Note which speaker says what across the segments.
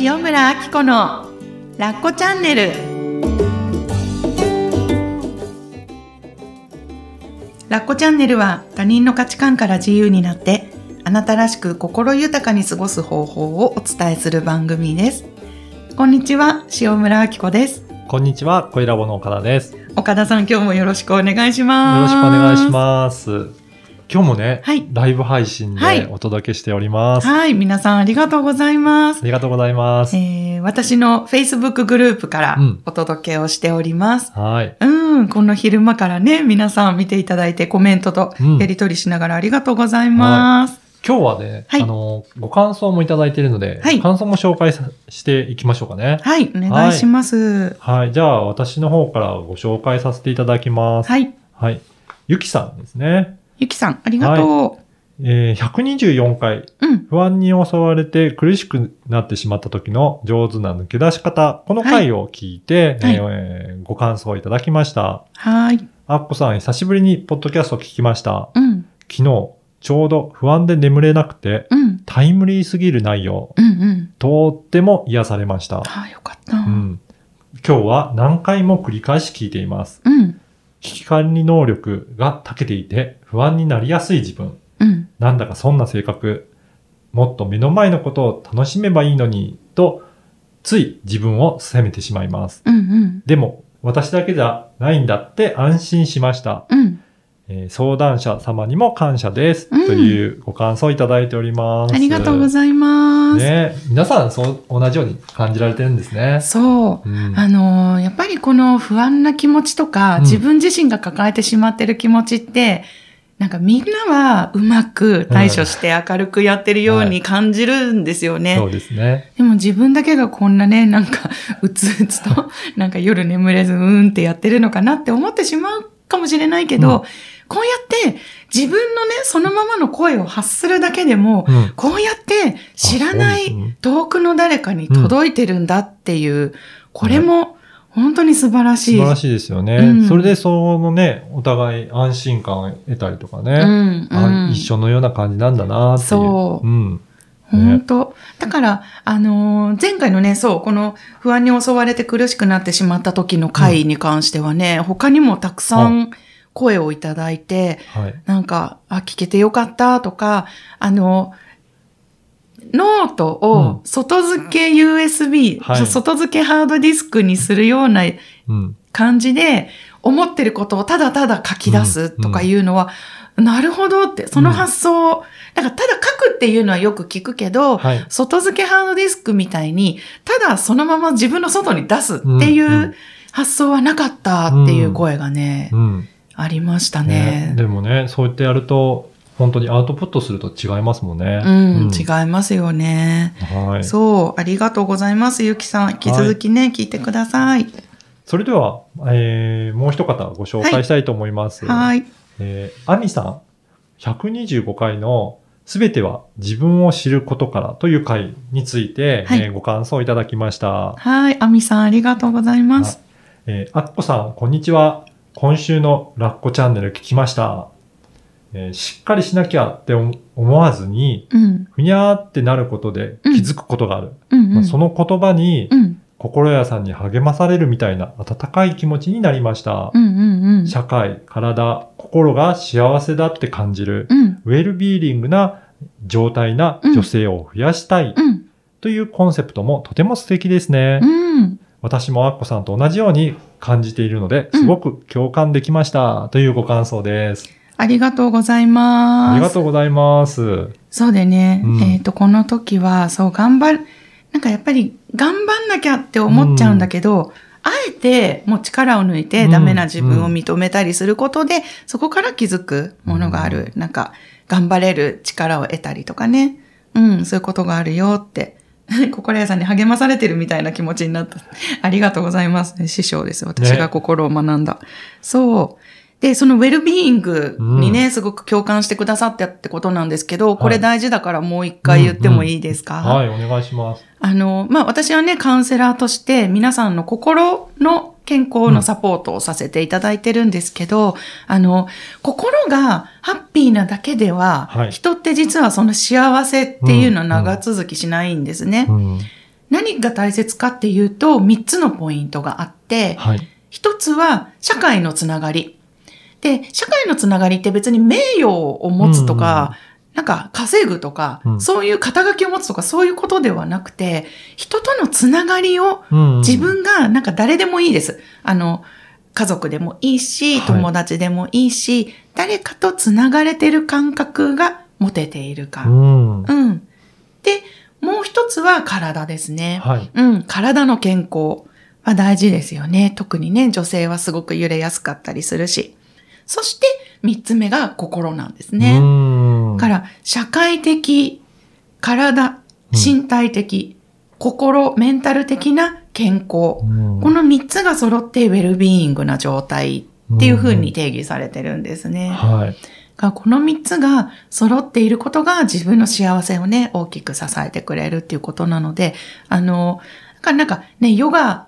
Speaker 1: 塩村あき子のラッコチャンネルラッコチャンネルは他人の価値観から自由になってあなたらしく心豊かに過ごす方法をお伝えする番組ですこんにちは塩村あき子です
Speaker 2: こんにちは、恋ラボの岡田です。よ
Speaker 1: 岡田さん今日もよろしくお願いします
Speaker 2: ろしくお願いします。今日もね、
Speaker 1: はい
Speaker 2: ライブ配信
Speaker 1: はい
Speaker 2: でお届けしております。
Speaker 1: はい皆さんありがとうございます
Speaker 2: ありがとうございます。
Speaker 1: えー私の Facebook グループから
Speaker 2: うん
Speaker 1: お届けをしております。
Speaker 2: はい。
Speaker 1: うん、この昼間からね、皆さん見ていただいてコメントと
Speaker 2: うん
Speaker 1: やり取りしながらありがとうございます。
Speaker 2: 今日はね、
Speaker 1: はい
Speaker 2: あの、ご感想もいただいているので、
Speaker 1: はい
Speaker 2: 感想も紹介さしていきましょうかね。
Speaker 1: はい、お願いします。
Speaker 2: はい。じゃあ、私の方からご紹介させていただきます。
Speaker 1: はい、
Speaker 2: はい。ゆきさんですね。
Speaker 1: ゆきさん、ありがと
Speaker 2: えー、124回、
Speaker 1: う。うん、
Speaker 2: 不安に襲われて苦しくなってしまった時の上手な抜け出し方。この回を聞いて、
Speaker 1: はい
Speaker 2: えーえーご感想をいただきました。
Speaker 1: はーい、
Speaker 2: アッコさん、久しぶりにポッドキャストを聞きました。
Speaker 1: うん、
Speaker 2: 昨日、ちょうど不安で眠れなくて、
Speaker 1: うん、
Speaker 2: タイムリーすぎる内容、
Speaker 1: うん、うん。
Speaker 2: とっても癒されました。
Speaker 1: ああ、よかった。う、
Speaker 2: うんん。今日は何回も繰り返し聞いています。
Speaker 1: うん、
Speaker 2: 危機管理能力が長けていて、不安になりやすい自分。
Speaker 1: うん、
Speaker 2: なんだかそんな性格。もっと目の前のことを楽しめばいいのに、と、つい自分を責めてしまいます。
Speaker 1: うん、
Speaker 2: でも、私だけじゃないんだって安心しました。
Speaker 1: うん。
Speaker 2: えー相談者様にも感謝です。
Speaker 1: うん
Speaker 2: というご感想をいただいております。
Speaker 1: ありがとうございます。
Speaker 2: ね皆さん、そう、同じように感じられてるんですね。
Speaker 1: そう。
Speaker 2: うん
Speaker 1: あのーやっぱりこの不安な気持ちとか、
Speaker 2: うん
Speaker 1: 自分自身が抱えてしまってる気持ちって、なんかみんなはうまく対処して明るくやってるよう
Speaker 2: は
Speaker 1: に感じるんですよね。
Speaker 2: そうですね。
Speaker 1: でも自分だけがこんなね、なんかうつうつと、なんか夜眠れずうーんってやってるのかなって思ってしまうかもしれないけど、
Speaker 2: うん
Speaker 1: こうやって自分のね、そのままの声を発するだけでも、
Speaker 2: うん。
Speaker 1: こうやって知らな
Speaker 2: あそうです
Speaker 1: い
Speaker 2: ね
Speaker 1: 遠くの誰かに届いてるんだっていう、これも本当に素晴らし
Speaker 2: 素
Speaker 1: い。
Speaker 2: 晴らしいですよね。
Speaker 1: うん
Speaker 2: それで、そのね、お互い安心感を得たりとかね。
Speaker 1: うん、
Speaker 2: あ
Speaker 1: うん。
Speaker 2: 一緒のような感じなんだなっていう。
Speaker 1: そう
Speaker 2: うん。
Speaker 1: 本当。だから、あのー前回のね、そう、この不安に襲われて苦しくなってしまった時の回に関してはね、他にもたくさん声をいただいて、
Speaker 2: はい。
Speaker 1: なんか、あ、聞けてよかったとか、あの、ノートを外付け USB、
Speaker 2: はい
Speaker 1: そ外付けハードディスクにするような
Speaker 2: うん。
Speaker 1: 感じで、思ってることをただただ書き出すとかいうのは、なるほどって、その発想、なんかただ書くっていうのはよく聞くけど、
Speaker 2: はい。
Speaker 1: 外付けハードディスクみたいに、ただそのまま自分の外に出すってい
Speaker 2: んう
Speaker 1: ううん発想はなかったっていう声がね、
Speaker 2: うん。
Speaker 1: ありました
Speaker 2: ね
Speaker 1: ね。
Speaker 2: でもね、そうやってやると、本当にアウトプットすると違いますもんね。
Speaker 1: うん、違いますよね。
Speaker 2: はい。そ
Speaker 1: そう、ありがとうございます、ゆきさん。引き続きね、聞いてください。
Speaker 2: れでは、えー、もう一方ご紹介したいと思います。
Speaker 1: はい。
Speaker 2: えー、アミさん、125回のすべては自分を知ることからという回について、
Speaker 1: はい
Speaker 2: えーご感想いただきました。
Speaker 1: はい、あみさん、ありがとうございます。
Speaker 2: えー、アッコさん、こんにちは。今週のラッコチャンネル聞きました。えーしっかりしなきゃって思思わずに、
Speaker 1: うん、
Speaker 2: ふにゃーってなることで気づくことがある。
Speaker 1: うん、う
Speaker 2: まあ
Speaker 1: ん。
Speaker 2: その言葉に、
Speaker 1: うん、
Speaker 2: 心屋さんに励まされるみたいな温かい気持ちになりました
Speaker 1: う。ん、うん、うん。
Speaker 2: 社会、体、心が幸せだって感じる、
Speaker 1: うん、
Speaker 2: ウェルビーリングな状態な女性を増やしたい
Speaker 1: うん、
Speaker 2: というコンセプトもとても素敵ですね。
Speaker 1: うん。
Speaker 2: 私もアッコさんと同じように感じているので、すごく共感できました。というご感想です。
Speaker 1: ありがとうございます。
Speaker 2: ありがとうございます。
Speaker 1: そうでね、
Speaker 2: うん
Speaker 1: えっ、と、この時は、そう、頑張る、なんかやっぱり、頑張んなきゃって思っちゃうんだけど、あえて、もう力を抜いて、
Speaker 2: うん
Speaker 1: ダメな自分を認めたりすることで、そこから気づくものがある。なんか、頑張れる力を得たりとかね。うん、そういうことがあるよって。 心屋さんに励まされてるみたいな気持ちになった。ありがとうございます。師匠です。私が心を学んだ。そう。で、そのウェルビーイングにね、すごく共感してくださってってことなんですけど、これ
Speaker 2: はい
Speaker 1: 大事だからもう一回言ってもいいですか、
Speaker 2: はい、お願いします。
Speaker 1: あの、まあ、私はね、カウンセラーとして皆さんの心の健康のサポートをさせていただいてるんですけど、あの、心がハッピーなだけでは、
Speaker 2: はい
Speaker 1: 人って実はその幸せっていうのは長続きしないんですね。
Speaker 2: うん。
Speaker 1: 何が大切かっていうと、3つのポイントがあって、
Speaker 3: はい。
Speaker 1: 1つは社会のつながり。で、社会のつながりって別に名誉を持つとか、なんか稼ぐとか、
Speaker 2: うん
Speaker 1: そういう肩書きを持つとか、そういうことではなくて、人とのつながりを
Speaker 2: うん
Speaker 1: 自分がなんか誰でもいいです。あの、家族でもいいし、
Speaker 2: はい
Speaker 1: 友達でもいいし、誰かとつながれてる感覚が持てている
Speaker 2: う
Speaker 1: か。
Speaker 2: ん。は
Speaker 1: うん。で、もう一つは体ですね。
Speaker 2: い。
Speaker 1: うん、体の健康は大事ですよね。特にね、女性はすごく揺れやすかったりするし。そして、三つ目が心なんですね。
Speaker 2: うん。
Speaker 1: だから、社会的、体、
Speaker 2: うん、
Speaker 1: 身体的、心、メンタル的な健康。こ
Speaker 2: こ
Speaker 1: の3つが揃ってウェルビーイングな状態っていう風に。定義されてるんですね。だ
Speaker 2: はい。
Speaker 1: からこの3つが揃っていることが自分の幸せをね、大きく支えてくれるっていうことなので、あの、だからなんかね、ヨガ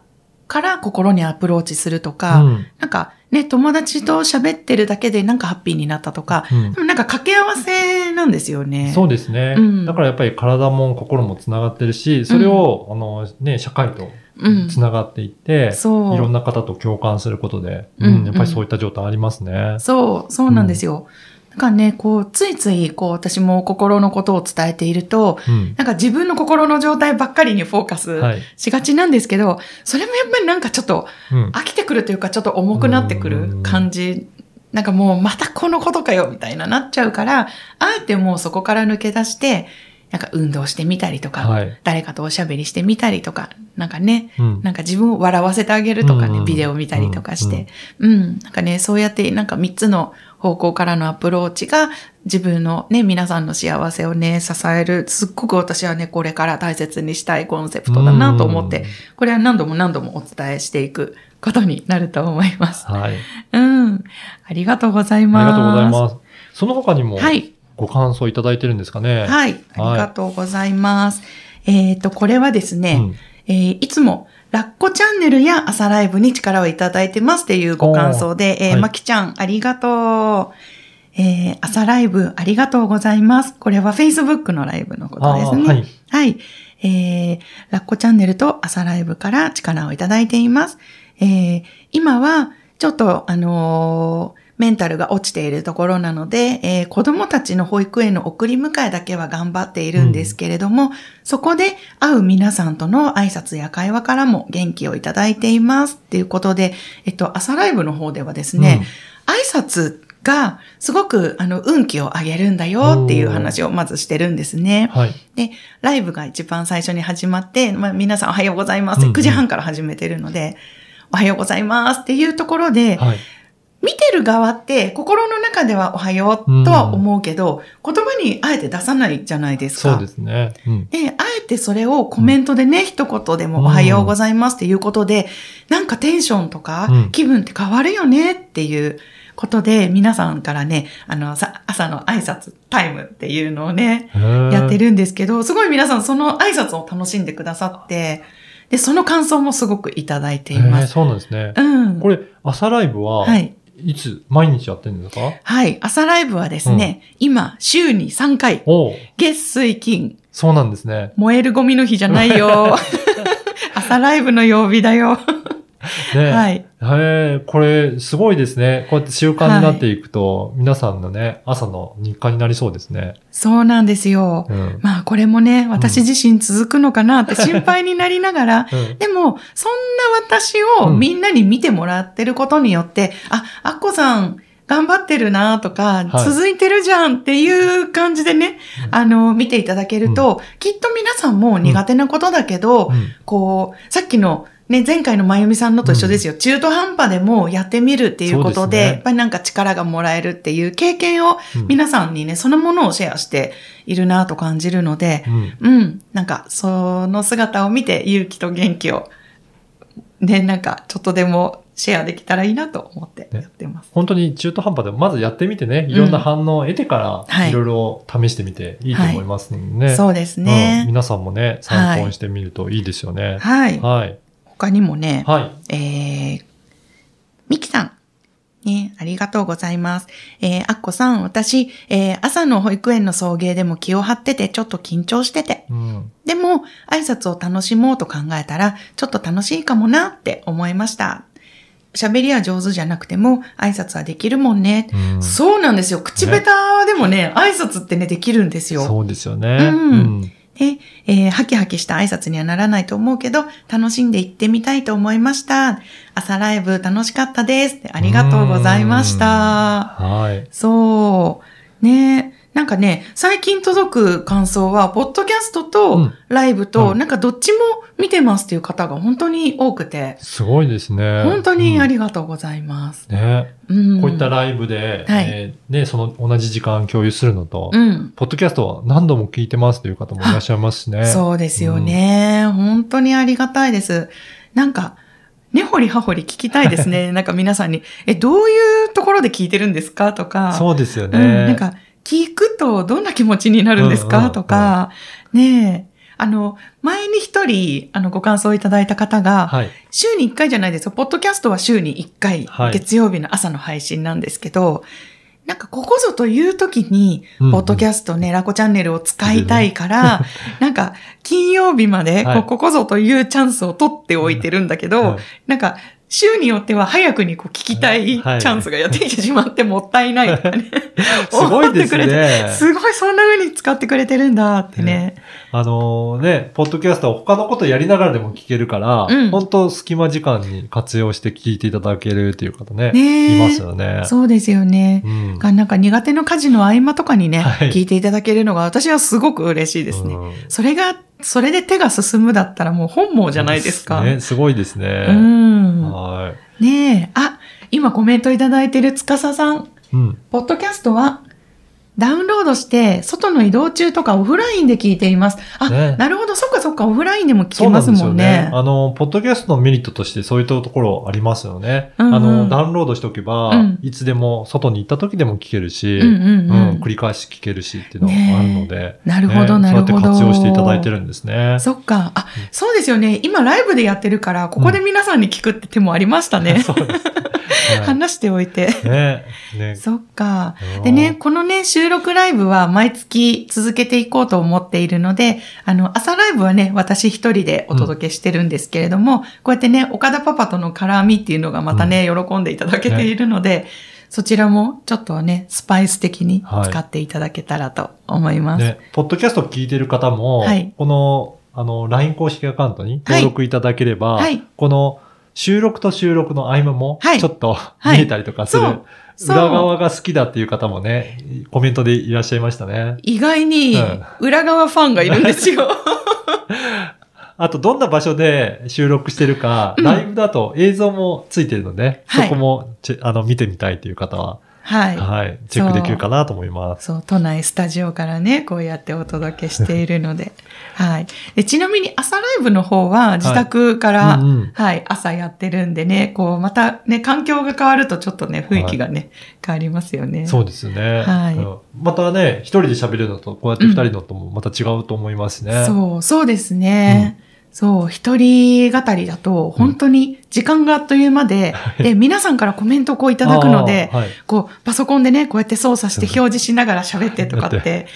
Speaker 1: から心にアプローチするとか、
Speaker 2: うん
Speaker 1: なんかね、友達と喋ってるだけでなんかハッピーになったとか、
Speaker 2: うん
Speaker 1: でもなんか掛け合わせなんですよね。
Speaker 2: そうですね、
Speaker 1: うん
Speaker 2: だからやっぱり体も心もつながってるし、それを、あのね、社会と
Speaker 1: うん
Speaker 2: つながっていって、
Speaker 1: そう。
Speaker 2: いろんな方と共感することで、
Speaker 1: うん
Speaker 2: うんやっぱりそういった状態ありますね。
Speaker 1: そう、そうなんですよ。だからね、こう、ついつい、こう、私も心のことを伝えていると、
Speaker 2: うん。
Speaker 1: なんか自分の心の状態ばっかりにフォーカス
Speaker 2: はい。
Speaker 1: しがちなんですけど、それもやっぱりなんかちょっと
Speaker 2: うん。
Speaker 1: 飽きてくるというか、ちょっと重くなってくる感じ。なんかもうまたこのことかよみたいななっちゃうから、あえてもうそこから抜け出して、なんか運動してみたりとか、
Speaker 2: はい。
Speaker 1: 誰かとおしゃべりしてみたりとか、なんかね、
Speaker 2: うん。
Speaker 1: なんか自分を笑わせてあげるとか
Speaker 2: うんうん
Speaker 1: ね、
Speaker 2: うん
Speaker 1: ビデオ見たりとかして。うん。なんかね、そうやってなんか3つの方向からのアプローチが自分のね、皆さんの幸せをね、支える、すっごく私はね、これから大切にしたいコンセプトだなと思って、これは何度も何度もお伝えしていくことになると思います。
Speaker 2: うん。はい。あり
Speaker 1: うん。ありがとうございます。
Speaker 2: がとうございます。その他にも
Speaker 1: はい。
Speaker 2: ご感想いただいてるんですかね。い。
Speaker 1: はい。ありがとうございます。えっ、と、これはですね、
Speaker 2: うん
Speaker 1: えーいつも、ラッコチャンネルや朝ライブに力をいただいてますっていうご感想で、えー
Speaker 2: はい
Speaker 1: まきちゃん、ありがとう。えー朝ライブありがとうございます。これは Facebook のライブのこと
Speaker 2: あ
Speaker 1: です
Speaker 2: ー
Speaker 1: ね。
Speaker 2: は
Speaker 1: はい、
Speaker 2: い。
Speaker 1: えーラッコチャンネルと朝ライブから力をいただいています。えー今は、ちょっと、あのーメンタルが落ちているところなので、えー子供たちの保育園の送り迎えだけは頑張っているんですけれども、そこで会う皆さんとの挨拶や会話からも元気をいただいています。っていうことで、えっと、朝ライブの方ではですね、挨拶がすごく、あの、運気を上げるんだよっていう話をまずしてるんです
Speaker 2: うん。
Speaker 1: ね。
Speaker 2: はい。
Speaker 1: で、ライブが一番最初に始まって、まあ、皆さんおはようございます。
Speaker 2: うんうん
Speaker 1: 9時半から始めてるので、おはようございますっていうところで、
Speaker 2: はい。
Speaker 1: 見てる側って心の中ではおはようとは思うけど、言葉にあえて出さないじゃないですか。
Speaker 2: そうですね。うん。
Speaker 1: で、あえてそれをコメントでね、一言でもおはようございますっていうことで、なんかテンションとか
Speaker 2: うん
Speaker 1: 気分って変わるよねっていうことで、皆さんからね、あの、さ、朝の挨拶タイムっていうのをね、や
Speaker 2: や
Speaker 1: って。るんですけど、すごい皆さんその挨拶を楽しんでくださって、で、その感想もすごくいただいて
Speaker 2: へ
Speaker 1: いま
Speaker 2: ー
Speaker 1: す。
Speaker 2: そうなんですね。
Speaker 1: うん。
Speaker 2: これ、朝ライブは、
Speaker 1: はい。
Speaker 2: いつ、毎日やってるんですか
Speaker 1: はい。朝ライブはですね、今、週に3回、
Speaker 2: おう
Speaker 1: 月水金、
Speaker 2: そうなんですね。
Speaker 1: 燃えるゴミの日じゃない よ。朝ライブの曜日だよ。
Speaker 2: ね
Speaker 1: はい。
Speaker 2: へえ、これ、すごいですね。こうやって習慣になっていくと、皆さんのね、朝の日課になりそうですね。
Speaker 1: そうなんですよ。
Speaker 2: うん。うん
Speaker 1: まあこれもね、私自身続くのかなって心配になりながら、でも、そんな私をみんなに見てもらってることによって、あ、アッコさん頑張ってるなとか、
Speaker 2: はい
Speaker 1: 続いてるじゃんっていう感じでね、
Speaker 2: うん
Speaker 1: あの、見ていただけると、きっと皆さんも苦手なことだけど、
Speaker 2: うん
Speaker 1: こう、さっきのね、前回のまゆみさんのと一緒ですよ。中途半端でもやってみるっていうこ
Speaker 2: そう
Speaker 1: と
Speaker 2: で
Speaker 1: で、
Speaker 2: すね
Speaker 1: やっぱりなんか力がもらえるっていう経験を
Speaker 2: うん
Speaker 1: 皆さんにね、そのものをシェアしているなと感じるので、
Speaker 2: うん
Speaker 1: うん、なんかその姿を見て勇気と元気を、ね、なんかちょっとでもシェアできたらいいなと思ってやってます。
Speaker 2: 本当に中途半端でも、まずやってみてね、いろんな反応を得てか
Speaker 1: は
Speaker 2: ら、
Speaker 1: い
Speaker 2: いろいろ試してみていいと思いますのでね。
Speaker 1: そうです
Speaker 2: うん
Speaker 1: ね。
Speaker 2: 皆さんもね、参考にしてみるといいですよね。
Speaker 1: はい。
Speaker 2: はい。
Speaker 1: 他にもね、
Speaker 2: はい。
Speaker 1: えー、ミキさん。ね、ありがとうございます。えー、あっこさん、私、えー朝の保育園の送迎でも気を張ってて、ちょっと緊張してて。
Speaker 2: うん。
Speaker 1: でも、挨拶を楽しもうと考えたら、ちょっと楽しいかもなって思いました。喋りは上手じゃなくても、挨拶はできるもんね。
Speaker 2: うん
Speaker 1: そうなんですよ。口下手でもね、挨拶ってね、できるんですよ。
Speaker 2: そうですよね。
Speaker 1: うん
Speaker 2: うん。
Speaker 1: で、えーハキハキした挨拶にはならないと思うけど、楽しんで行ってみたいと思いました。朝ライブ楽しかったです。あ
Speaker 2: あ
Speaker 1: りがとうございました。
Speaker 2: はい。
Speaker 1: そう。ねなんかね、最近届く感想は、ポッドキャスト
Speaker 2: う
Speaker 1: と
Speaker 2: ん
Speaker 1: ライブと、
Speaker 2: はい
Speaker 1: なんかどっちも見てますっていう方が本当に多くて、
Speaker 2: すごいですね。
Speaker 1: 本当にあ
Speaker 2: り、
Speaker 1: りがとうございます。
Speaker 2: ね。
Speaker 1: うん。
Speaker 2: こういったライブで、
Speaker 1: はい
Speaker 2: えーね、その同じ時間共有するのと、
Speaker 1: うん。
Speaker 2: ポッドキャストは何度も聞いてますという方もいらっしゃいますしね。
Speaker 1: そうですよね、本当にありがたいです。なんか、根掘り葉掘り聞きたいです ね。なんか皆さんに、え、どういうところで聞いてるんですかとか。
Speaker 2: そうですよね。
Speaker 1: うん、なんか、聞くとどんな気持ちになるんですか、
Speaker 2: うんうんうん
Speaker 1: とか、ねえ、あの、前に一人、あの、ご感想いただいた方が、
Speaker 2: はい。
Speaker 1: 週に1回じゃないですよ。ポッドキャストは週に1回、
Speaker 2: はい
Speaker 1: 月曜日の朝の配信なんですけど、なんかここぞという時に、
Speaker 2: うんうん
Speaker 1: ポッドキャストね、ラコチャンネルを使いたいから、 なんか金曜日まで、
Speaker 2: はい
Speaker 1: こここぞというチャンスを取っておいてるんだけど、
Speaker 2: はい
Speaker 1: なんか、週によっては早くにこう聞きたいチ
Speaker 2: はい
Speaker 1: ャンスがやってきてしまってもったいないとかね。
Speaker 2: すごいで
Speaker 1: 思
Speaker 2: す
Speaker 1: ってく
Speaker 2: ね
Speaker 1: れ。すごい、そんな風に使ってくれてるんだってね。
Speaker 2: あのね、ポッドキャストは他のことやりながらでも聞けるから、
Speaker 1: うん
Speaker 2: 本当隙間時間に活用して聞いていただけるっていう方ね、
Speaker 1: ねえ
Speaker 2: いますよね。
Speaker 1: そうですよね。
Speaker 2: うん
Speaker 1: がなんか苦手の家事の合間とかにね、
Speaker 2: はい
Speaker 1: 聞いていただけるのが私はすごく嬉しいですね。
Speaker 2: うん
Speaker 1: それが、それで手が進むだったらもう本望じゃないですか。
Speaker 2: ね、すごいですね。
Speaker 1: うん。
Speaker 2: は
Speaker 1: ねえ。あ、今コメントいただいてるつかささん。
Speaker 2: い。うん。
Speaker 1: ポッドキャストはダウンロードして、外の移動中とかオフラインで聞いています。あ、
Speaker 2: ね
Speaker 1: なるほど。そっかそっか。オフラインでも聞
Speaker 2: そ
Speaker 1: け
Speaker 2: う
Speaker 1: ま
Speaker 2: なん
Speaker 1: す
Speaker 2: です
Speaker 1: も
Speaker 2: よ
Speaker 1: ん
Speaker 2: ね
Speaker 1: ね。。
Speaker 2: あの、ポッドキャストのメリットとしてそういったところありますよね。
Speaker 1: うんうん
Speaker 2: あの、ダウンロードしておけば、
Speaker 1: うん
Speaker 2: いつでも外に行った時でも聞けるし、
Speaker 1: うんうんうん
Speaker 2: 繰り返し聞けるしっていうのがあるので、
Speaker 1: なるほど、な
Speaker 2: ね
Speaker 1: るほど。
Speaker 2: そうやって活用していただいてるんですね。
Speaker 1: そっか。あ、そうですよね。今ライブでやってるから、ここで皆さんに聞くって手もありました ね。
Speaker 2: そうです。は
Speaker 1: 話しておいて。
Speaker 2: い ね。ね。
Speaker 1: そっか。
Speaker 2: うん
Speaker 1: でね、、このね、収録ライブは毎月続けていこうと思っているので、あの、朝ライブはね、私一人でお届けしてるんですけれども、こうやってね、岡田パパとの絡みっていうのがまたね、喜んでいただけているので、そちらもちょっとね、スパイス的に使っていただけたらと思います。
Speaker 2: ね、ポッドキャストを聞いてる方も、
Speaker 1: はい
Speaker 2: この、あの、LINE 公式アカウントに登録いただければ、
Speaker 1: はい
Speaker 2: この、収録と収録の合間も
Speaker 1: は、い
Speaker 2: ちょっと、
Speaker 1: い
Speaker 2: 見えたりとかする、
Speaker 1: そうそう
Speaker 2: 裏側が好きだっていう方もね、コメントでいらっしゃいましたね。
Speaker 1: 意外に
Speaker 2: うん
Speaker 1: 裏側ファンがいるんです よ。
Speaker 2: あと、どんな場所で収録してるか、
Speaker 1: うん
Speaker 2: ライブだと映像もついてるので、
Speaker 1: はい
Speaker 2: そこもチェ、あの、見てみたいという方は、
Speaker 1: はい。
Speaker 2: はい、チェックできるかなと思います。
Speaker 1: そう、都内スタジオからね、こうやってお届けしているので。はい。でちなみに朝ライブの方は自宅から、はい、
Speaker 2: うんうん
Speaker 1: 朝やってるんでね、こう、またね、環境が変わるとちょっとね、雰囲気がね、変わりますよね。
Speaker 2: そうですよね。
Speaker 1: はい
Speaker 2: うんまたね、一人で喋るのと、こうやって二人のともまた違うと思いますね。
Speaker 1: そう、そうですね。そう、一人語りだと、本当に時間があっという間で、で、皆さんからコメントをこういただくので、
Speaker 2: あーはい
Speaker 1: こう、パソコンでね、こうやって操作して表示しながら喋ってとか
Speaker 2: だ
Speaker 1: っ。
Speaker 2: って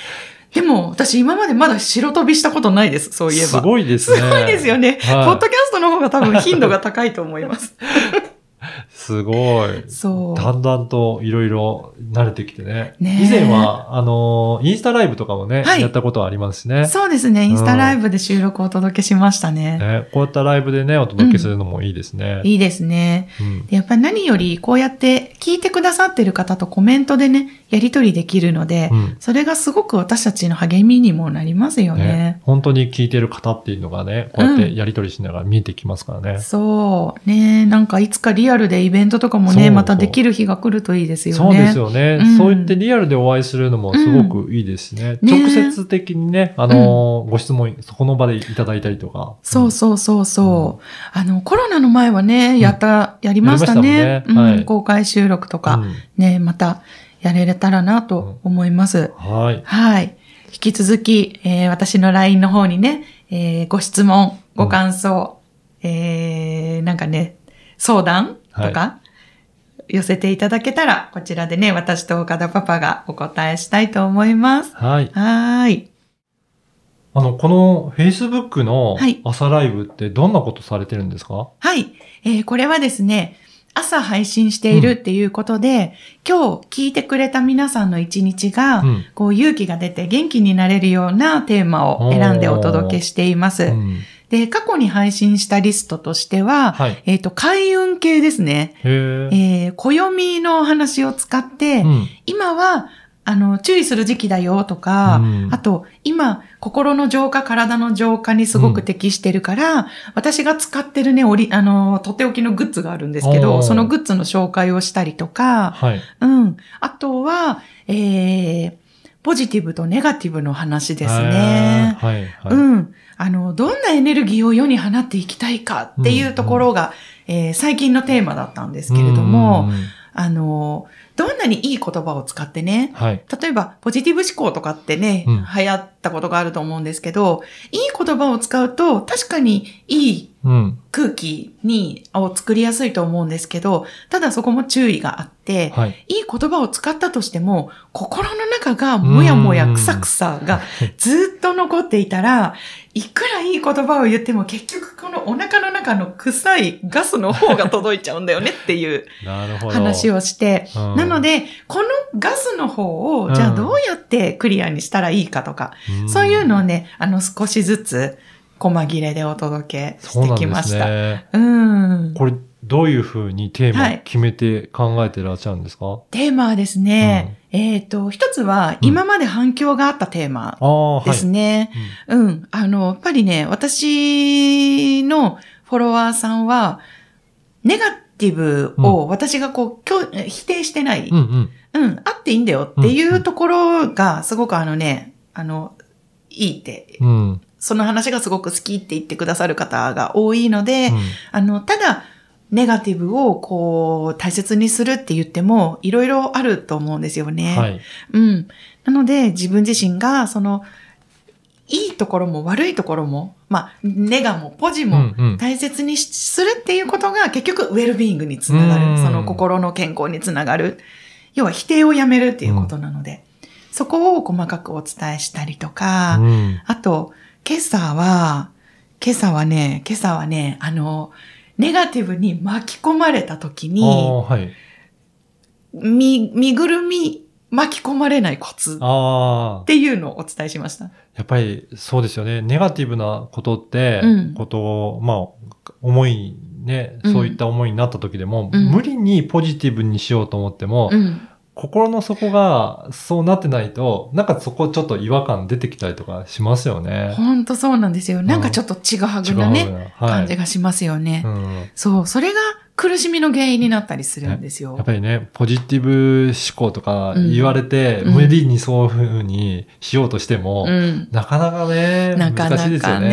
Speaker 1: でも、私今までまだ白飛びしたことないです、そういえば。
Speaker 2: すごいですね。
Speaker 1: すごいですよね。ポッ
Speaker 2: は
Speaker 1: ドキャストの方が多分頻度が高いと思います。
Speaker 2: い、すごい。
Speaker 1: そう。
Speaker 2: だんだんといろいろ慣れてきてね。
Speaker 1: ねえ
Speaker 2: 以前は、あのー、インスタライブとかもね、
Speaker 1: はい
Speaker 2: やったことはありますしね。
Speaker 1: そうですね。インスタライブで収録をお届けしましたね。
Speaker 2: ね、こういったライブでね、お届けするのもいいですね。
Speaker 1: いいですね。
Speaker 2: うん
Speaker 1: でやっぱり何よりこうやって聞いてくださってる方とコメントでね、やりとりできるので、
Speaker 2: うん
Speaker 1: それがすごく私たちの励みにもなりますよね
Speaker 2: ね本当に聞いてる方っていうのがね、こうやってやりとりしながら見えてきますからね。
Speaker 1: そう。ねなんかいつかリアルでイベントとかも
Speaker 2: そう
Speaker 1: ね、
Speaker 2: そう
Speaker 1: またできる日が来るといいですよね。
Speaker 2: そうですよね、
Speaker 1: うん
Speaker 2: そう言ってリアルでお会いするのもすごくいいですね。
Speaker 1: うんね
Speaker 2: 直接的にね、あのーご質問、そこの場でいただいたりとか。
Speaker 1: そうそうそうそう。あの、コロナの前はね、やった、やりました
Speaker 2: や
Speaker 1: ね
Speaker 2: りま。したもんねはい
Speaker 1: うん公開収録と
Speaker 2: う
Speaker 1: か、
Speaker 2: ん
Speaker 1: ね、またやれれたらなと思います。
Speaker 2: はい。
Speaker 1: はい。引き続き、えー私の LINE の方にね、えーご質問、ご感想、えーなんかね、相談とか、寄せていただけたら、こちらでね、私と岡田パパがお答えしたいと思います。
Speaker 2: はい。
Speaker 1: はーい。
Speaker 2: あの、この Facebook の
Speaker 1: はい
Speaker 2: 朝ライブってどんなことされてるんですか、
Speaker 1: はい。えーこれはですね、朝配信しているっていうことで、今日聞いてくれた皆さんの一日が、
Speaker 2: うん
Speaker 1: こう勇気が出て元気になれるようなテーマを選んでお届けしています。
Speaker 2: うん。
Speaker 1: で、過去に配信したリストとしては、
Speaker 2: はい。へ
Speaker 1: えっ、と、開運系ですね。
Speaker 2: え。
Speaker 1: えー、暦のお話を使って、
Speaker 2: うん
Speaker 1: 今は、あの、注意する時期だよとか、
Speaker 2: うん
Speaker 1: あと、今、心の浄化、体の浄化にすごく適してるから、私が使ってるね、おり、あの、とっておきのグッズがあるんですけ
Speaker 2: お
Speaker 1: ど、
Speaker 2: ー
Speaker 1: そのグッズの紹介をしたりとか、
Speaker 2: はい。
Speaker 1: うん。あとは、えー、ポジティブとネガティブの話ですね。
Speaker 2: へーはい。はい。
Speaker 1: うん。あの、どんなエネルギーを世に放っていきたいかっていうところが、えー最近のテーマだったんですけれども、
Speaker 2: うんうんうん、
Speaker 1: あの、どんなにいい言葉を使ってね、
Speaker 2: はい。
Speaker 1: 例えば、ポジティブ思考とかってね、
Speaker 2: うん
Speaker 1: 流行ったことがあると思うんですけど、いい言葉を使うと、確かにいい
Speaker 2: うん。
Speaker 1: 空気に、を作りやすいと思うんですけど、ただそこも注意があって、
Speaker 2: はい。
Speaker 1: いい言葉を使ったとしても、心の中がもやもやくさくさがずっと残っていたら、いくらいい言葉を言っても結局このお腹の中の臭いガスの方が届いちゃうんだよ ねっていう
Speaker 2: なるほど。
Speaker 1: 話をして、
Speaker 2: うん
Speaker 1: なの、で、このガスの方を、じゃあどうやってクリアにしたらいいかとか、
Speaker 2: ん
Speaker 1: そういうのをね、あの少しずつ細切れでお届けしてきまし
Speaker 2: そうなん
Speaker 1: た。
Speaker 2: ですね。
Speaker 1: うん。
Speaker 2: これ、どういうふうにテー
Speaker 1: は
Speaker 2: マ
Speaker 1: い
Speaker 2: 決めて考えてらっしゃるんですか、
Speaker 1: テーマはですね、えっ、と、一つは
Speaker 2: うん
Speaker 1: 今まで反響があったテーマ
Speaker 2: ああ、はい。
Speaker 1: ですね。
Speaker 2: うん
Speaker 1: うん。あの、やっぱりね、私のフォロワーさんは、ネガティブを私がこう、きょ否定してない、
Speaker 2: うんうん。
Speaker 1: うん、あっていいんだよってい
Speaker 2: んう
Speaker 1: うんところが、すごくあのね、あの、いいって、
Speaker 2: うん。うん
Speaker 1: その話がすごく好きって言ってくださる方が多いので、あの、ただ、ネガティブをこう、大切にするって言っても、いろいろあると思うんですよね。
Speaker 2: はい。
Speaker 1: うん。なので、自分自身が、その、いいところも悪いところも、まあ、ネガもポジ
Speaker 2: うんう
Speaker 1: も
Speaker 2: ん。
Speaker 1: 大切にしするっていうことが結局ウェルビーイングにつなが
Speaker 2: うん
Speaker 1: る。その心の健康につながる。要は否定をやめるっていうことなので、そこを細かくお伝えしたりとか、
Speaker 2: うん
Speaker 1: あと、今朝は、今朝はね、今朝はね、あの、ネガティブに巻き込まれた時
Speaker 2: あ
Speaker 1: に、
Speaker 2: あ、はい。
Speaker 1: み、身ぐるみ巻き込まれないコツっ
Speaker 2: ああ、
Speaker 1: ていうのをお伝えしました。
Speaker 2: やっぱりそうですよね。ネガティブなことって
Speaker 1: うん、
Speaker 2: ことを、まあ、思い、ね、
Speaker 1: うん
Speaker 2: そういった思いになった時でも、
Speaker 1: うん
Speaker 2: 無理にポジティブにしようと思っても、
Speaker 1: うん。
Speaker 2: 心の底がそうなってないと、なんかそこちょっと違和感出てきたりとかしますよね。
Speaker 1: ほんとそうなんですよ。なんかちょっとちぐはぐ
Speaker 2: 違う
Speaker 1: なね、
Speaker 2: ね。は
Speaker 1: 感じ
Speaker 2: い。
Speaker 1: がしますよね。
Speaker 2: うん
Speaker 1: そう、それが苦しみの原因になったりするんですよ。
Speaker 2: やっぱりね、ポジティブ思考とか言われて、
Speaker 1: うん
Speaker 2: 無理にそういうふうにしようとしても、
Speaker 1: うん。
Speaker 2: なかなかね、
Speaker 1: なか
Speaker 2: 難しい
Speaker 1: な
Speaker 2: ですよ
Speaker 1: か
Speaker 2: ね。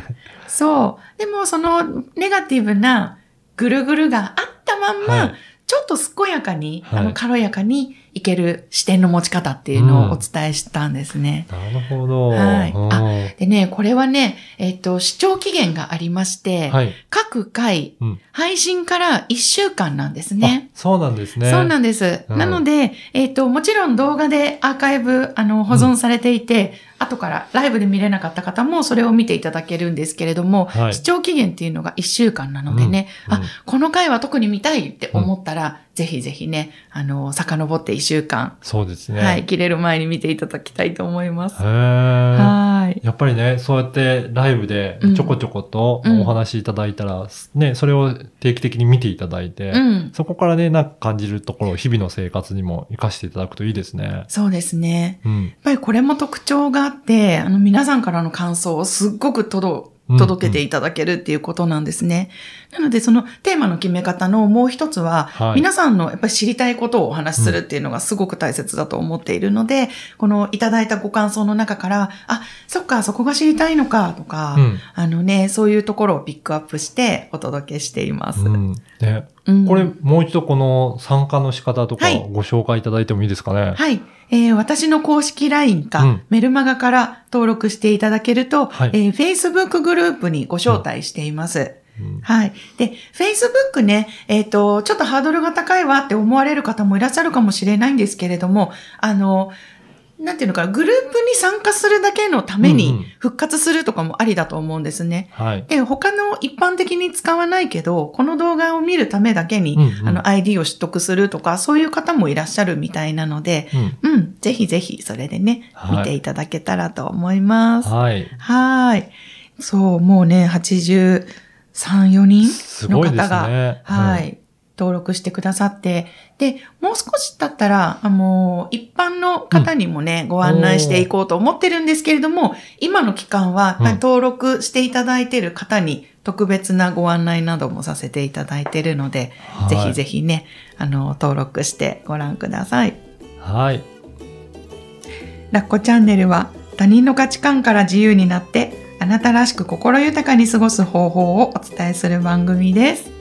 Speaker 1: ね。 そう。でもそのネガティブなぐるぐるがあったまんま、
Speaker 2: はい。
Speaker 1: ちょっと健やかに、
Speaker 2: はい
Speaker 1: あの軽やかにいける視点の持ち方っていうのをお伝えしたんですね。
Speaker 2: なるほど。
Speaker 1: はい
Speaker 2: うん
Speaker 1: でね、これはね、えっ、と、視聴期限がありまして、
Speaker 2: はい。
Speaker 1: 各回、
Speaker 2: うん
Speaker 1: 配信から1週間なんですね。
Speaker 2: あそうなんですね。
Speaker 1: そうなんです。
Speaker 2: うん
Speaker 1: なので、えっ、と、もちろん動画でアーカイブ、あの、保存されていて、後からライブで見れなかった方もそれを見ていただけるんですけれども、
Speaker 2: はい
Speaker 1: 視聴期限っていうのが1週間なのでね、
Speaker 2: うん
Speaker 1: あ、この回は特に見たいって思ったら、ぜひぜひね、あの、遡って1週間、
Speaker 2: そうですね。
Speaker 1: はい、切れる前に見ていただきたいと思います。
Speaker 2: へ
Speaker 1: は
Speaker 2: ー
Speaker 1: ーい。
Speaker 2: やっぱりね、そうやってライブでちょこちょこと
Speaker 1: うん
Speaker 2: お話しいただいたら、ね、それを定期的に見ていただいて、
Speaker 1: うん。
Speaker 2: そこからね、なんか感じるところを日々の生活にも活かしていただくといいですね。
Speaker 1: そうですね。
Speaker 2: うん
Speaker 1: や。っぱりこれも特徴があって、あの、皆さんからの感想をすっごく届
Speaker 2: うん
Speaker 1: 届けていただけるっていうことなんですね。なので、そのテーマの決め方のもう一つは、
Speaker 2: はい。
Speaker 1: 皆さんのやっぱり知りたいことをお話しするっていうのがすごく大切だと思っているので、このいただいたご感想の中から、あ、そっか、そこが知りたいのか、とか、
Speaker 2: うん
Speaker 1: あのね、そういうところをピックアップしてお届けしています。
Speaker 2: うんね、
Speaker 1: うん
Speaker 2: これ、もう一度この参加の仕方とか
Speaker 1: はい
Speaker 2: ご紹介いただいてもいいですかね。
Speaker 1: はい。えー私の公式 LINE か、
Speaker 2: うん
Speaker 1: メルマガから登録していただけると、
Speaker 2: はい
Speaker 1: えー Facebook グループにご招待しています。
Speaker 2: うん
Speaker 1: はい。で、Facebook ね、えっ、と、ちょっとハードルが高いわって思われる方もいらっしゃるかもしれないんですけれども、あの、なんていうのかな、グループに参加するだけのため
Speaker 2: うんうん
Speaker 1: に復活するとかもありだと思うんですね。
Speaker 2: はい。
Speaker 1: で、他の一般的に使わないけど、この動画を見るためだけに、
Speaker 2: うんうん
Speaker 1: あの、ID を取得するとか、そういう方もいらっしゃるみたいなので、
Speaker 2: うん
Speaker 1: うん、ぜひぜひそれでね、
Speaker 2: はい
Speaker 1: 見ていただけたらと思います。
Speaker 2: はい。
Speaker 1: はーい。そう、もうね、83、4人
Speaker 2: す
Speaker 1: の
Speaker 2: ごいです
Speaker 1: 方が、
Speaker 2: ね。
Speaker 1: は
Speaker 2: うん。
Speaker 1: い、登録してくださって、で、もう少し経ったら、あの、一般の方にもね、ご案内していこうと思ってるんですけれども、今の期間は、
Speaker 2: うん
Speaker 1: 登録していただいている方に特別なご案内などもさせていただいているので、ぜひぜひね、あの、登録してご覧ください。
Speaker 2: ひ。はい。
Speaker 1: ラッコチャンネルは他人の価値観から自由になってあなたらしく心豊かに過ごす方法をお伝えする番組です。